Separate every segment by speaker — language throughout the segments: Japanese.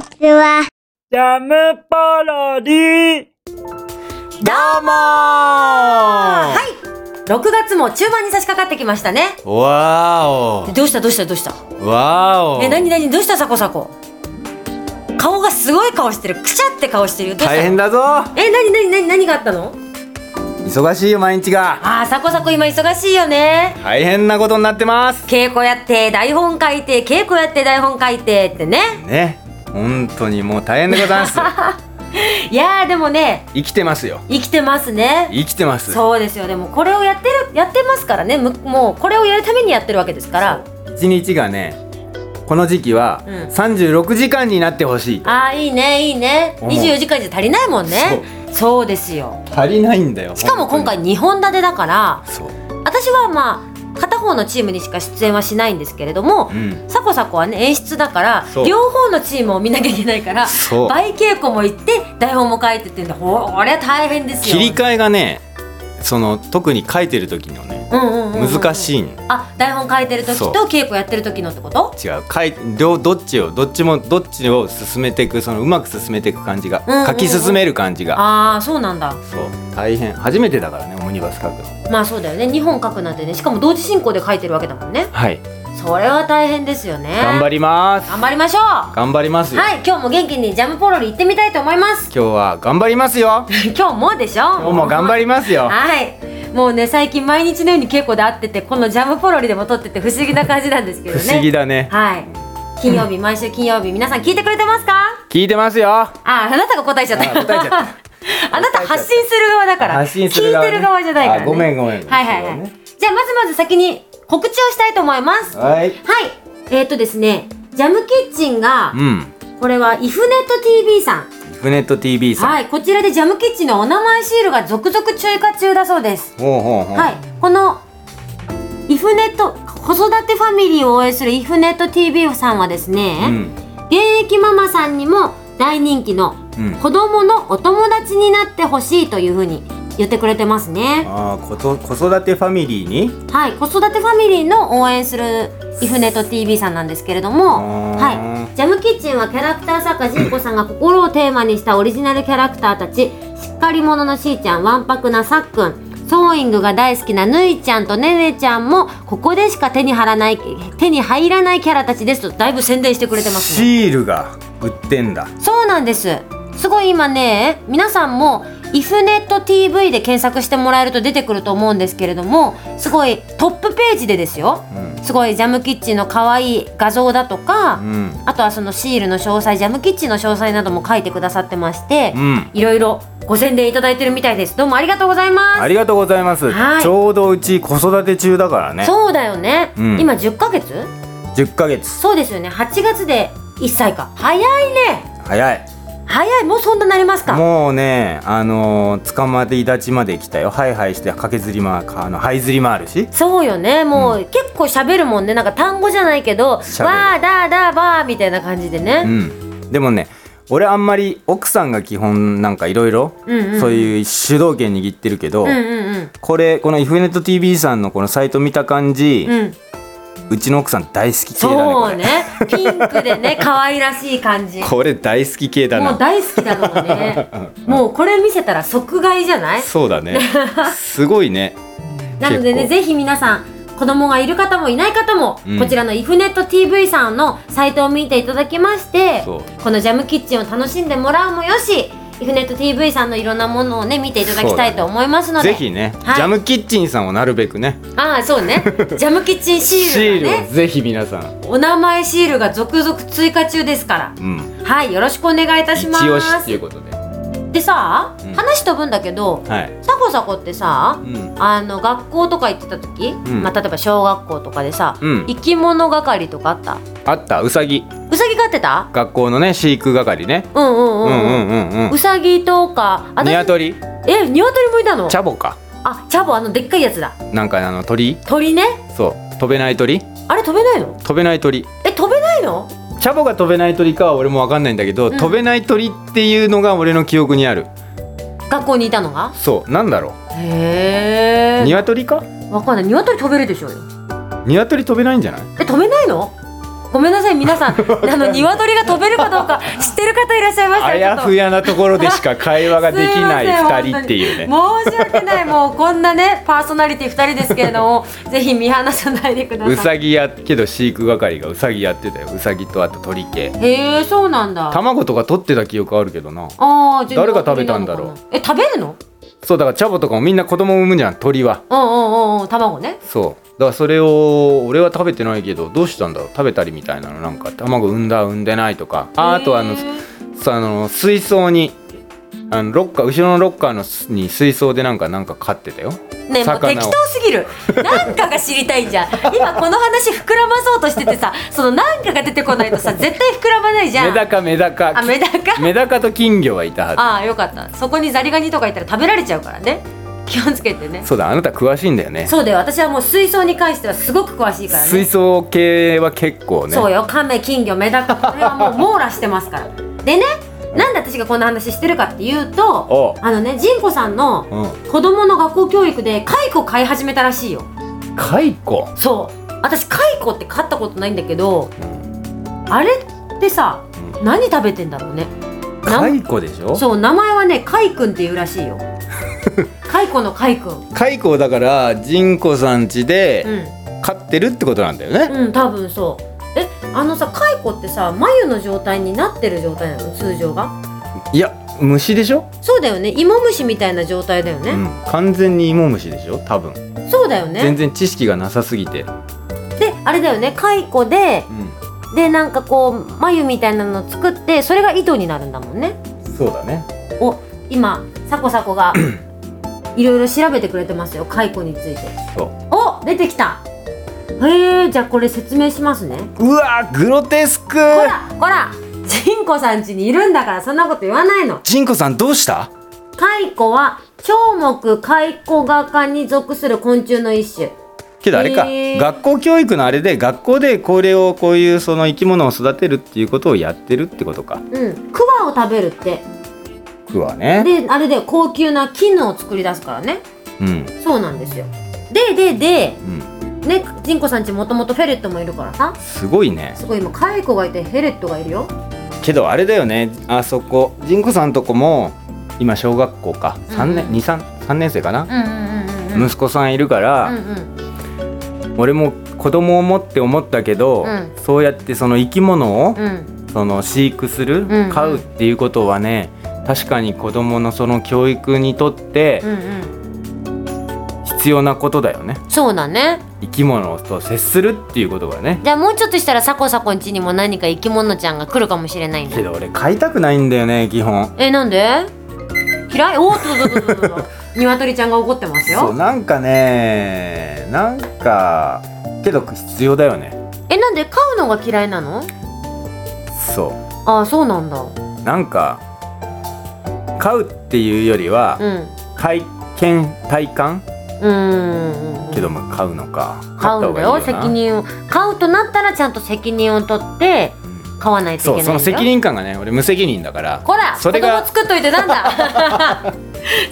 Speaker 1: ちは。
Speaker 2: ジャムパロディ
Speaker 3: どうも
Speaker 4: は
Speaker 3: ー
Speaker 4: い6月も中盤に差し掛かってきましたね
Speaker 3: わ
Speaker 4: どうしたどうしたどうした
Speaker 3: ーおわーお
Speaker 4: え、なになにどうしたサコサコ顔がすごい顔してるくちゃって顔してるよどうした
Speaker 3: 大変だぞ
Speaker 4: え、なになになに何があったの
Speaker 3: 忙しいよ毎日が
Speaker 4: あーサコサコ今忙しいよね
Speaker 3: 大変なことになってます
Speaker 4: 稽古やって台本書いて稽古やって台本書いてってね
Speaker 3: ね本当にもう大変でございます
Speaker 4: いやーでもね
Speaker 3: 生きてますよ
Speaker 4: 生きてますね
Speaker 3: 生きてます
Speaker 4: そうですよでもこれをやってるやってますからねむもうこれをやるためにやってるわけですから
Speaker 3: 一日がねこの時期は
Speaker 4: うん
Speaker 3: 36時間になってほしいと、
Speaker 4: あーいいねいいね
Speaker 3: うん
Speaker 4: 24時間じゃ足りないもんねそうですよ
Speaker 3: 足りないんだよ
Speaker 4: しかも今回2本立てだから
Speaker 3: そう
Speaker 4: 私はまあ片方のチームにしか出演はしないんですけれども、
Speaker 3: うん
Speaker 4: サコサコはね演出だから
Speaker 3: そう
Speaker 4: 両方のチームを見なきゃいけないから
Speaker 3: そう
Speaker 4: 倍稽古も行って台本も書いてっていうんでほこれは大変ですよ
Speaker 3: 切り替えがねその特に書いてる時のね
Speaker 4: うんうんうんうん
Speaker 3: 難しいん
Speaker 4: あ台本書いてる時
Speaker 3: そう
Speaker 4: と稽古やってる時のってこと
Speaker 3: 違うかい両どっちをどっちもどっちを進めていくそのうまく進めていく感じが、
Speaker 4: うんうんうん
Speaker 3: 書き進める感じが
Speaker 4: ああそうなんだ
Speaker 3: そう大変初めてだからねオムニバス書くの
Speaker 4: まあそうだよね2本書くなんてねしかも同時進行で書いてるわけだもんね
Speaker 3: はい
Speaker 4: それは大変ですよね
Speaker 3: 頑張ります
Speaker 4: 頑張りましょうは
Speaker 3: 頑張りますよ、
Speaker 4: い今日も元気にジャムポロリ行ってみたいと思います
Speaker 3: 今日は頑張りますよ
Speaker 4: 今日もでしょ
Speaker 3: 今日も頑張りますよ
Speaker 4: はい。もうね、最近毎日のように稽古で会ってて、このジャムポロリでも撮ってて不思議な感じなんですけど
Speaker 3: 不
Speaker 4: ね。
Speaker 3: 思議だね
Speaker 4: はい。金曜日、毎週金曜日、皆さん聞いてくれてますか
Speaker 3: 聞いてますよ
Speaker 4: あ、あなたが答えちゃった。
Speaker 3: あ答えちゃった
Speaker 4: あなた発信する側だから。
Speaker 3: 発信する側ね
Speaker 4: 聞いてる側じゃないから、ね。
Speaker 3: あごめんごめん
Speaker 4: はいは
Speaker 3: そう
Speaker 4: いはい。
Speaker 3: だね
Speaker 4: じゃあ、まずまず先に告知をしたいと思います。はい。
Speaker 3: はい
Speaker 4: えっ、ー、とですね、ジャムキッチンが
Speaker 3: う、ん
Speaker 4: これはイフネット TV さん。
Speaker 3: イフネット TV さん、
Speaker 4: はい。こちらでジャムキッチンのお名前シールが続々追加中だそうです。
Speaker 3: ほうほうほう、
Speaker 4: はい、このイフネット子育てファミリーを応援するイフネット TV さんはです
Speaker 3: う
Speaker 4: ね、
Speaker 3: ん
Speaker 4: 現役ママさんにも大人気の
Speaker 3: うん
Speaker 4: 子供のお友達になってほしいというふうに言ってくれてますね。
Speaker 3: あーこと子育てファミリーに
Speaker 4: はい、子育てファミリーの応援するイフネット TV さんなんですけれども、
Speaker 3: あー
Speaker 4: はい、ジャムキッチンはキャラクター作家ジンコさんが心をテーマにしたオリジナルキャラクターたち、しっかり者のしーちゃん、わんぱくなさっくん、ソーイングが大好きなぬいちゃんとねねちゃんも、ここでしか手に入らない、手に入らないキャラたちですと、だいぶ宣伝してくれてますね。
Speaker 3: シールが売ってんだ
Speaker 4: そうなんです。すごい今ね、皆さんも、イフネット TV で検索してもらえると出てくると思うんですけれども、すごいトップページでですよ。
Speaker 3: うん
Speaker 4: すごいジャムキッチンの可愛い画像だとか、
Speaker 3: うん
Speaker 4: あとはそのシールの詳細ジャムキッチンの詳細なども書いてくださってまして、
Speaker 3: うん
Speaker 4: いろいろご宣伝いただいてるみたいですどうもありがとうございます、
Speaker 3: ありがとうございます、
Speaker 4: はい
Speaker 3: ちょうどうち子育て中だからね
Speaker 4: そうだよね、
Speaker 3: うん
Speaker 4: 今10ヶ月
Speaker 3: 10ヶ月
Speaker 4: そうですよね8月で1歳か早いね
Speaker 3: 早い
Speaker 4: 早いもうそんななりますか
Speaker 3: もうねあのー、捕まり立ちまで来たよハイハイして駆けずり回あの這いずり回るし
Speaker 4: そうよねもう、結構喋るもんねなんか単語じゃないけどわ
Speaker 3: 喋
Speaker 4: ー
Speaker 3: る
Speaker 4: だーだーばーみたいな感じで
Speaker 3: う
Speaker 4: ね、
Speaker 3: んでもね俺あんまり奥さんが基本なんかいろいろ
Speaker 4: うんうんうん
Speaker 3: そういう主導権握ってるけど、
Speaker 4: うん、うんうん
Speaker 3: これこのイフネット TV さんのこのサイト見た感じ、
Speaker 4: う
Speaker 3: うんちの奥さん大好き系だねこ
Speaker 4: そう
Speaker 3: れ
Speaker 4: ねピンク でね可愛らしい感じ
Speaker 3: これ大好き系だ
Speaker 4: もう
Speaker 3: な
Speaker 4: 大好きだもん ねもうこれ見せたら即買いじゃない
Speaker 3: そうだ ねすごいね
Speaker 4: なので
Speaker 3: 結
Speaker 4: ね
Speaker 3: 構
Speaker 4: ぜひ皆さん子供がいる方もいない方も、
Speaker 3: うん
Speaker 4: こちらのイフネット TV さんのサイトを見ていただきまして
Speaker 3: そ
Speaker 4: こ
Speaker 3: う
Speaker 4: のジャムキッチンを楽しんでもらうもよしイフネット TV さんのいろんなものをね見ていただきたいと思いますので、
Speaker 3: ぜひね、
Speaker 4: はい
Speaker 3: ジャムキッチンさんをなるべくね
Speaker 4: ああそ うねジャムキッチンシールがね
Speaker 3: をぜひ皆さん、
Speaker 4: お名前シールが続々追加中ですから
Speaker 3: うん、
Speaker 4: はいよろしくお願いいたし
Speaker 3: 一
Speaker 4: ます
Speaker 3: 押しっていうことで、は
Speaker 4: でさ、
Speaker 3: うん
Speaker 4: 話飛ぶんだけど、
Speaker 3: い、
Speaker 4: サコサコってさ、
Speaker 3: うん
Speaker 4: あの学校とか行ってた時、
Speaker 3: ん
Speaker 4: まあ、例えば小学校とかでさ、
Speaker 3: うん
Speaker 4: 生き物係とかあった
Speaker 3: あったうさぎ
Speaker 4: うさぎ飼ってた
Speaker 3: 学校のね飼育係ね、
Speaker 4: うんうん
Speaker 3: う、
Speaker 4: うんん
Speaker 3: うんう
Speaker 4: うん
Speaker 3: んうん
Speaker 4: うさぎとかあ
Speaker 3: ニワトリ
Speaker 4: えニワトリもいたの
Speaker 3: チャボか
Speaker 4: あチャボあのでっかいやつだ
Speaker 3: なんかあの鳥
Speaker 4: 鳥ね
Speaker 3: そう飛べない鳥
Speaker 4: あれ飛べないの
Speaker 3: 飛べない鳥
Speaker 4: え飛べないの
Speaker 3: チャボが飛べない鳥かは俺もわかんないんだけど、
Speaker 4: ん
Speaker 3: 飛べない鳥っていうのが俺の記憶にある
Speaker 4: 学校にいたのが
Speaker 3: そうなんだろう
Speaker 4: へ
Speaker 3: ニ
Speaker 4: え
Speaker 3: ワトリか
Speaker 4: わかんないニワトリ飛べるでしょうよ
Speaker 3: ニワトリ飛べないんじゃない
Speaker 4: え飛べないのごめんなさい皆 さんあの鶏が飛べるかどうか知ってる方いらっしゃいました
Speaker 3: あ
Speaker 4: らちょっ
Speaker 3: や
Speaker 4: と
Speaker 3: ふやなところでしか会話ができない
Speaker 4: すません
Speaker 3: 2人っていうね
Speaker 4: 本当に申し訳ないもうこんなねパーソナリティ2人ですけれども ぜひ見放さないでくだ
Speaker 3: う
Speaker 4: さい
Speaker 3: さぎやけど飼育係がうさぎやってたようさぎとあと鳥系
Speaker 4: へえそうなんだあ
Speaker 3: 卵とか取ってた記憶あるけどな
Speaker 4: あーじゃあ
Speaker 3: 誰が食べたんだろう
Speaker 4: え食べるの
Speaker 3: そうだからチャボとかもみんな子供産むじゃん鳥は
Speaker 4: うんうんうんうん卵ね
Speaker 3: そうだからそれを俺は食べてないけどどうしたんだろう食べたりみたいなのなんか卵産んだ産んでないとかああとあの
Speaker 4: へー
Speaker 3: さあの水槽にあのロッカー後ろのロッカーのすに水槽でなんかなんか飼ってたよ
Speaker 4: ねもう適
Speaker 3: 魚を
Speaker 4: 当すぎるなんかが知りたいじゃん今この話膨らまそうとしててさそのなんかが出てこないとさ絶対膨らまないじゃ
Speaker 3: メ
Speaker 4: ん
Speaker 3: ダカメダカ
Speaker 4: あメダカ
Speaker 3: メダカと金魚はいたはず
Speaker 4: ああよかったそこにザリガニとかいたら食べられちゃうからね気をつけてね
Speaker 3: そうだあなた詳しいんだよね
Speaker 4: そうだよ私はもう水槽に関してはすごく詳しいからね
Speaker 3: 水槽系は結構ね
Speaker 4: そうよカメ金魚メダカこれはもう網羅してますからでねなんで私がこんな話してるかっていう
Speaker 3: お
Speaker 4: と
Speaker 3: う
Speaker 4: あのねジンコさんの
Speaker 3: う
Speaker 4: 子供の学校教育で蚕飼い始めたらしいよ
Speaker 3: ん蚕
Speaker 4: そう私蚕って飼ったことないんだけどあれってさ何食べてんだろうねな
Speaker 3: 蚕でしょ
Speaker 4: そう名前はね蚕くんっていうらしい よ蚕の蚕くん
Speaker 3: 蚕をだから人工さんち
Speaker 4: う
Speaker 3: で
Speaker 4: ん
Speaker 3: 飼ってるってことなんだよね、
Speaker 4: うん多分そうえあのさ蚕ってさ眉の状態になってる状態なの通常が
Speaker 3: いや虫でしょ、
Speaker 4: そうだよね芋虫みたいな状態だよ
Speaker 3: う
Speaker 4: ね、
Speaker 3: ん、完全に芋虫でしょ多分、
Speaker 4: そうだよね
Speaker 3: 全然知識がなさすぎて、
Speaker 4: であれだよね蚕ででなんかこう眉みたいなの作ってそれが糸になるんだもんね
Speaker 3: そうだね
Speaker 4: お今サコサ コがいろいろ調べてくれてますよ蚕について
Speaker 3: そう
Speaker 4: お出てきたへえじゃあこれ説明しますね
Speaker 3: うわグロテスク
Speaker 4: こらこらジンコさん家にいるんだからそんなこと言わないの
Speaker 3: ジンコさんどうした
Speaker 4: 蚕は鳥目蚕蛾科に属する昆虫の一種
Speaker 3: けどあれか、
Speaker 4: へー
Speaker 3: 学校教育のあれで学校でこれをこういうその生き物を育てるっていうことをやってるってことか
Speaker 4: うんクワを食べるって
Speaker 3: 僕はね
Speaker 4: であれで高級な絹を作り出すからね
Speaker 3: うん
Speaker 4: そうなんですよででで
Speaker 3: うん
Speaker 4: ねジンコさん家もともとフェレットもいるからさ
Speaker 3: すごいね
Speaker 4: すごい今蚕がいてフェレットがいるよ
Speaker 3: けどあれだよねあそこジンコさんとこも今小学校か三
Speaker 4: う
Speaker 3: 年
Speaker 4: ん
Speaker 3: 二三三年生かな、
Speaker 4: うんうんうん
Speaker 3: 息子さんいるか
Speaker 4: う
Speaker 3: ら、
Speaker 4: んうん
Speaker 3: 俺も子供を持って思ったけど、
Speaker 4: うん
Speaker 3: そうやってその生き物を、
Speaker 4: うん
Speaker 3: その飼育する、
Speaker 4: うん
Speaker 3: 飼うっていうことはね確かに子どものその教育にとって
Speaker 4: うんうん
Speaker 3: 必要なことだよね
Speaker 4: そうだね
Speaker 3: 生き物と接するっていうことがね
Speaker 4: じゃあもうちょっとしたらサコサコん家にも何か生き物ちゃんが来るかもしれないんだ
Speaker 3: けど俺飼いたくないんだよね基本
Speaker 4: えなんで嫌いおーっとっとっとっとっと鶏ちゃんが怒ってます
Speaker 3: そう
Speaker 4: よ
Speaker 3: なんかねなんかけど必要だよね
Speaker 4: えなんで飼うのが嫌いなの
Speaker 3: そ
Speaker 4: ああそうなんだ
Speaker 3: うなんか飼うっていうよりは
Speaker 4: うんう
Speaker 3: 体験体感
Speaker 4: ーん
Speaker 3: けども飼うのか
Speaker 4: 飼
Speaker 3: 飼
Speaker 4: う
Speaker 3: った
Speaker 4: ん
Speaker 3: 方
Speaker 4: だ
Speaker 3: がい
Speaker 4: よ
Speaker 3: いよな
Speaker 4: 責任を飼うとなったらちゃんと責任を取って
Speaker 3: うん
Speaker 4: 飼わないとい
Speaker 3: そう
Speaker 4: け
Speaker 3: そ
Speaker 4: ないんだよ
Speaker 3: の責任感がね俺無責任だから
Speaker 4: こら
Speaker 3: それが
Speaker 4: 子供作っといてなんだ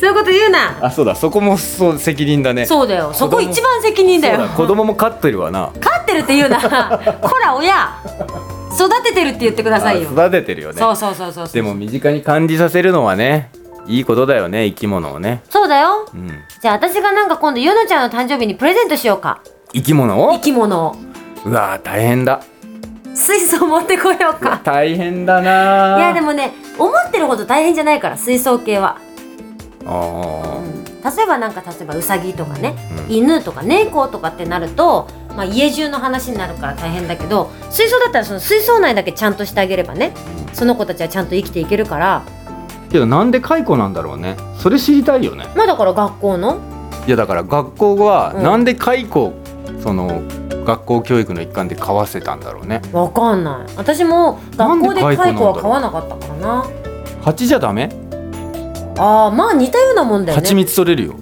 Speaker 4: そういうこと言うな
Speaker 3: あそうだそこもそう責任だね
Speaker 4: そうだよそこ
Speaker 3: 子供
Speaker 4: 一番責任だよ
Speaker 3: そう子供も飼ってるわな
Speaker 4: 飼ってるっ て言うなこら親育ててるって言ってくださいよ
Speaker 3: あ育ててるよね
Speaker 4: そうそうそうそうそう
Speaker 3: でも身近に感じさせるのはねいいことだよね生き物をね
Speaker 4: そうだよ
Speaker 3: うん
Speaker 4: じゃあ私がなんか今度ゆのちゃんの誕生日にプレゼントしようか
Speaker 3: 生き物
Speaker 4: 生
Speaker 3: を
Speaker 4: き物を
Speaker 3: うわー大変だ
Speaker 4: 水槽持ってこようか
Speaker 3: 大変だない
Speaker 4: やで
Speaker 3: も
Speaker 4: もね思ってるほど大変じゃないから水槽系は、
Speaker 3: あー
Speaker 4: 例えばなんか例えばウサギとかね、
Speaker 3: うん
Speaker 4: 犬とか猫とかってなると、まあ、家中の話になるから大変だけど水槽だったらその水槽内だけちゃんとしてあげればねその子たちはちゃんと生きていけるから
Speaker 3: けどなんで蚕なんだろうねそれ知りたいよね
Speaker 4: まあだから学校の
Speaker 3: いやだから学校は
Speaker 4: うん
Speaker 3: なんで蚕をその学校教育の一環で飼わせたんだろうね
Speaker 4: わかんない私も学校で
Speaker 3: なんで蚕なんだろう
Speaker 4: 蚕は飼わなかったからな
Speaker 3: 蜂じゃダメ
Speaker 4: あーまあ似たようなもんだよね
Speaker 3: 蜂蜜取れるよ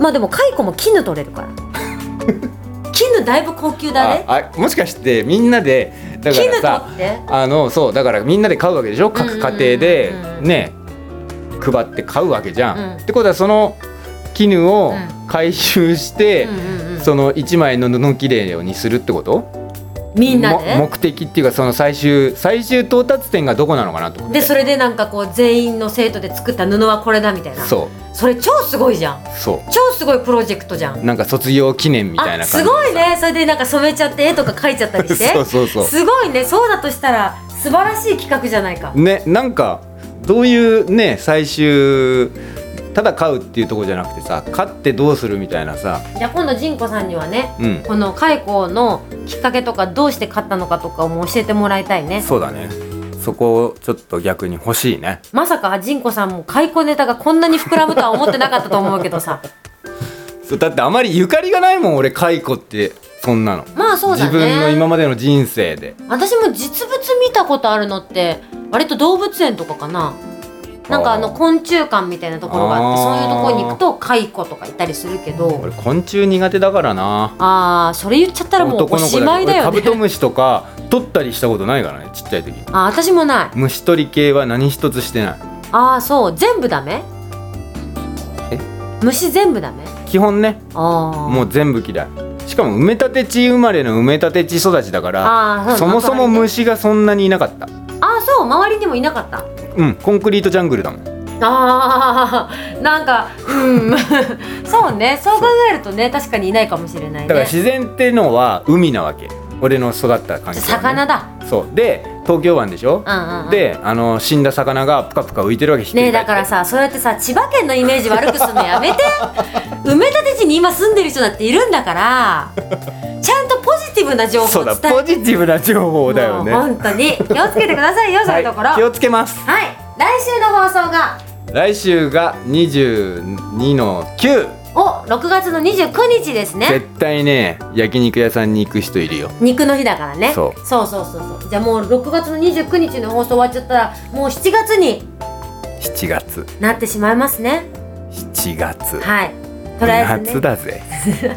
Speaker 4: まあでも蚕も絹取れ るから絹だいぶ高級だね
Speaker 3: ああもしかしてみんなでだか
Speaker 4: 絹取
Speaker 3: らさ
Speaker 4: って
Speaker 3: あのそうだからみんなで買うわけでしょ各家庭で
Speaker 4: うんうんうんうん
Speaker 3: ね配って買うわけじゃん。
Speaker 4: うん
Speaker 3: ってことはその絹を
Speaker 4: う
Speaker 3: 回収して、
Speaker 4: うんうんうん
Speaker 3: その1枚の布切れにするってこと
Speaker 4: みんな
Speaker 3: も
Speaker 4: で
Speaker 3: 目的っていうかその最終最終到達点がどこなのかなと思って
Speaker 4: でそれでなんかこう全員の生徒で作った布はこれだみたいな
Speaker 3: そ
Speaker 4: それ超すごいじゃん
Speaker 3: うそ
Speaker 4: 超すごいプロジェクトじゃん
Speaker 3: うなんか卒業記念みたい
Speaker 4: あ
Speaker 3: な感
Speaker 4: す
Speaker 3: じ
Speaker 4: ごいねそれでなんか染めちゃって絵とか描いちゃったりして
Speaker 3: そうそうそう
Speaker 4: すごいねそうだとしたら素晴らしい企画じゃないか
Speaker 3: ねなんかどういうね最終ただ買うっていうところじゃなくてさ買ってどうするみたいなさ
Speaker 4: じゃあ今度仁子さんにはね
Speaker 3: うん
Speaker 4: この開校のきっかけとかどうして買ったのかとかも教えてもらいたいね
Speaker 5: そうだねそこをちょっと逆に欲しいね
Speaker 4: まさか仁子さんも開校ネタがこんなに膨らむとは思ってなかったと思うけどさ
Speaker 3: そうだってあまりゆかりがないもん俺解雇ってそんなの、
Speaker 4: まあそうだ
Speaker 3: 自
Speaker 4: ね
Speaker 3: 分の今までの人生で
Speaker 4: 私も実物見たことあるのって割と動物園とかかななんかあの
Speaker 3: あー
Speaker 4: 昆虫館みたいなところがあって
Speaker 3: あ
Speaker 4: そう
Speaker 3: ー
Speaker 4: いうところに行くとカイコとかいたりするけど
Speaker 3: 俺昆虫苦手だからな
Speaker 4: あーそれ言っちゃったらもうおしまいだ
Speaker 3: 俺
Speaker 4: よ
Speaker 3: カブト
Speaker 4: ね
Speaker 3: ムシとか取ったりしたことないからねちっちゃい時
Speaker 4: あ私もない
Speaker 3: 虫取り系は何一つしてない
Speaker 4: ああそう全部ダメ
Speaker 3: え
Speaker 4: 虫全部ダメ
Speaker 3: 基本ね
Speaker 4: ああ
Speaker 3: もう全部嫌いしかも埋め立て地生まれの埋め立て地育ちだから
Speaker 4: あーう
Speaker 3: そもそも
Speaker 4: 周り
Speaker 3: 虫がそんなにいなかった
Speaker 4: ああそう周りにもいなかった
Speaker 3: うんコンクリートジャングルだもん
Speaker 4: あー なんかうん そうねそう考えるとね確かにいないかもしれない
Speaker 3: だから
Speaker 4: ね
Speaker 3: 自然ってのは海なわけ俺の育った環境、ね、
Speaker 4: 魚だ
Speaker 3: そうで東京湾でしょ、
Speaker 4: うんうんうん
Speaker 3: であの死んだ魚がプカプカ浮いてるわけひっく
Speaker 4: ねえ
Speaker 3: り返
Speaker 4: だ
Speaker 3: って
Speaker 4: からさそうやってさ千葉県のイメージ悪くすんのやめ て埋め立て地に今住んでる人だっているんだからちゃんとポジティブな情報
Speaker 3: そ
Speaker 4: を
Speaker 3: う
Speaker 4: 伝
Speaker 3: だ
Speaker 4: えて
Speaker 3: ポジティブな情報だよね
Speaker 4: もう本当に気をつけてくださいよそういうところ
Speaker 3: はい、気をつけます
Speaker 4: はい、来週の放送が
Speaker 3: 来週が22の9
Speaker 4: お6月の29日ですね
Speaker 3: 絶対ね焼肉屋さんに行く人いるよ
Speaker 4: 肉の日だからね
Speaker 3: そう
Speaker 4: そうそうそうそうじゃあもう6月の29日の放送終わっちゃったらもう7月に
Speaker 3: 7月
Speaker 4: なってしまいますね
Speaker 3: 7月
Speaker 4: はいとりあえず
Speaker 3: 夏
Speaker 4: ね
Speaker 3: だぜ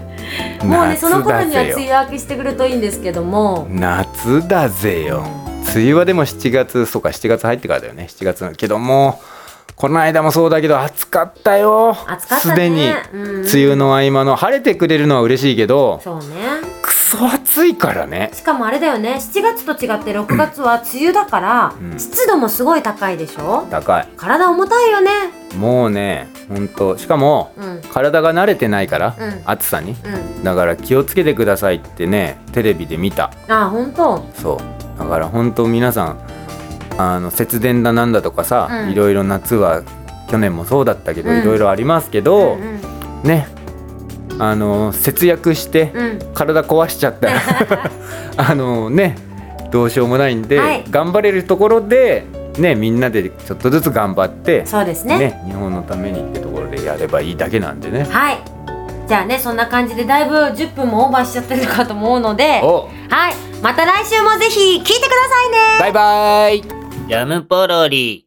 Speaker 4: もうねその頃には
Speaker 3: 夏だ
Speaker 4: 梅
Speaker 3: ぜよ
Speaker 4: 雨明けしてくるといいんですけども
Speaker 3: 夏だぜよ梅雨はでも7月そうか7月入ってからだよね7月のけどもこの間もそうだけど暑かったよ
Speaker 4: 暑かっ
Speaker 3: す
Speaker 4: たね
Speaker 3: でに
Speaker 4: うん
Speaker 3: 梅雨の合間の晴れてくれるのは嬉しいけど
Speaker 4: そうね
Speaker 3: クソ暑いからね
Speaker 4: しかもあれだよね7月と違って6月は梅雨だから、
Speaker 3: うん
Speaker 4: 湿度もすごい高いでしょ
Speaker 3: 高い
Speaker 4: 体重たいよね
Speaker 3: もうねほんとしかも
Speaker 4: うん
Speaker 3: 体が慣れてないから、
Speaker 4: うん
Speaker 3: 暑さに
Speaker 4: うん
Speaker 3: だから気をつけてくださいってねテレビで見た
Speaker 4: あ本当
Speaker 3: そうだから本当皆さんあの節電だなんだとかさ、
Speaker 4: うん
Speaker 3: いろいろ夏は去年もそうだったけど、
Speaker 4: うん
Speaker 3: いろいろありますけど、
Speaker 4: うんうん
Speaker 3: ねあの節約して、
Speaker 4: うん
Speaker 3: 体壊しちゃったらあのねどうしようもないんで、
Speaker 4: はい
Speaker 3: 頑張れるところでねみんなでちょっとずつ頑張って
Speaker 4: そうですね
Speaker 3: 日本のためにってところでやればいいだけなんでね。
Speaker 4: はいじゃあねそんな感じでだいぶ10分もオーバーしちゃってるかと思うのでは
Speaker 3: お
Speaker 4: いまた来週もぜひ聞いてくださいね
Speaker 3: バイバイ
Speaker 6: ジャムポロリ。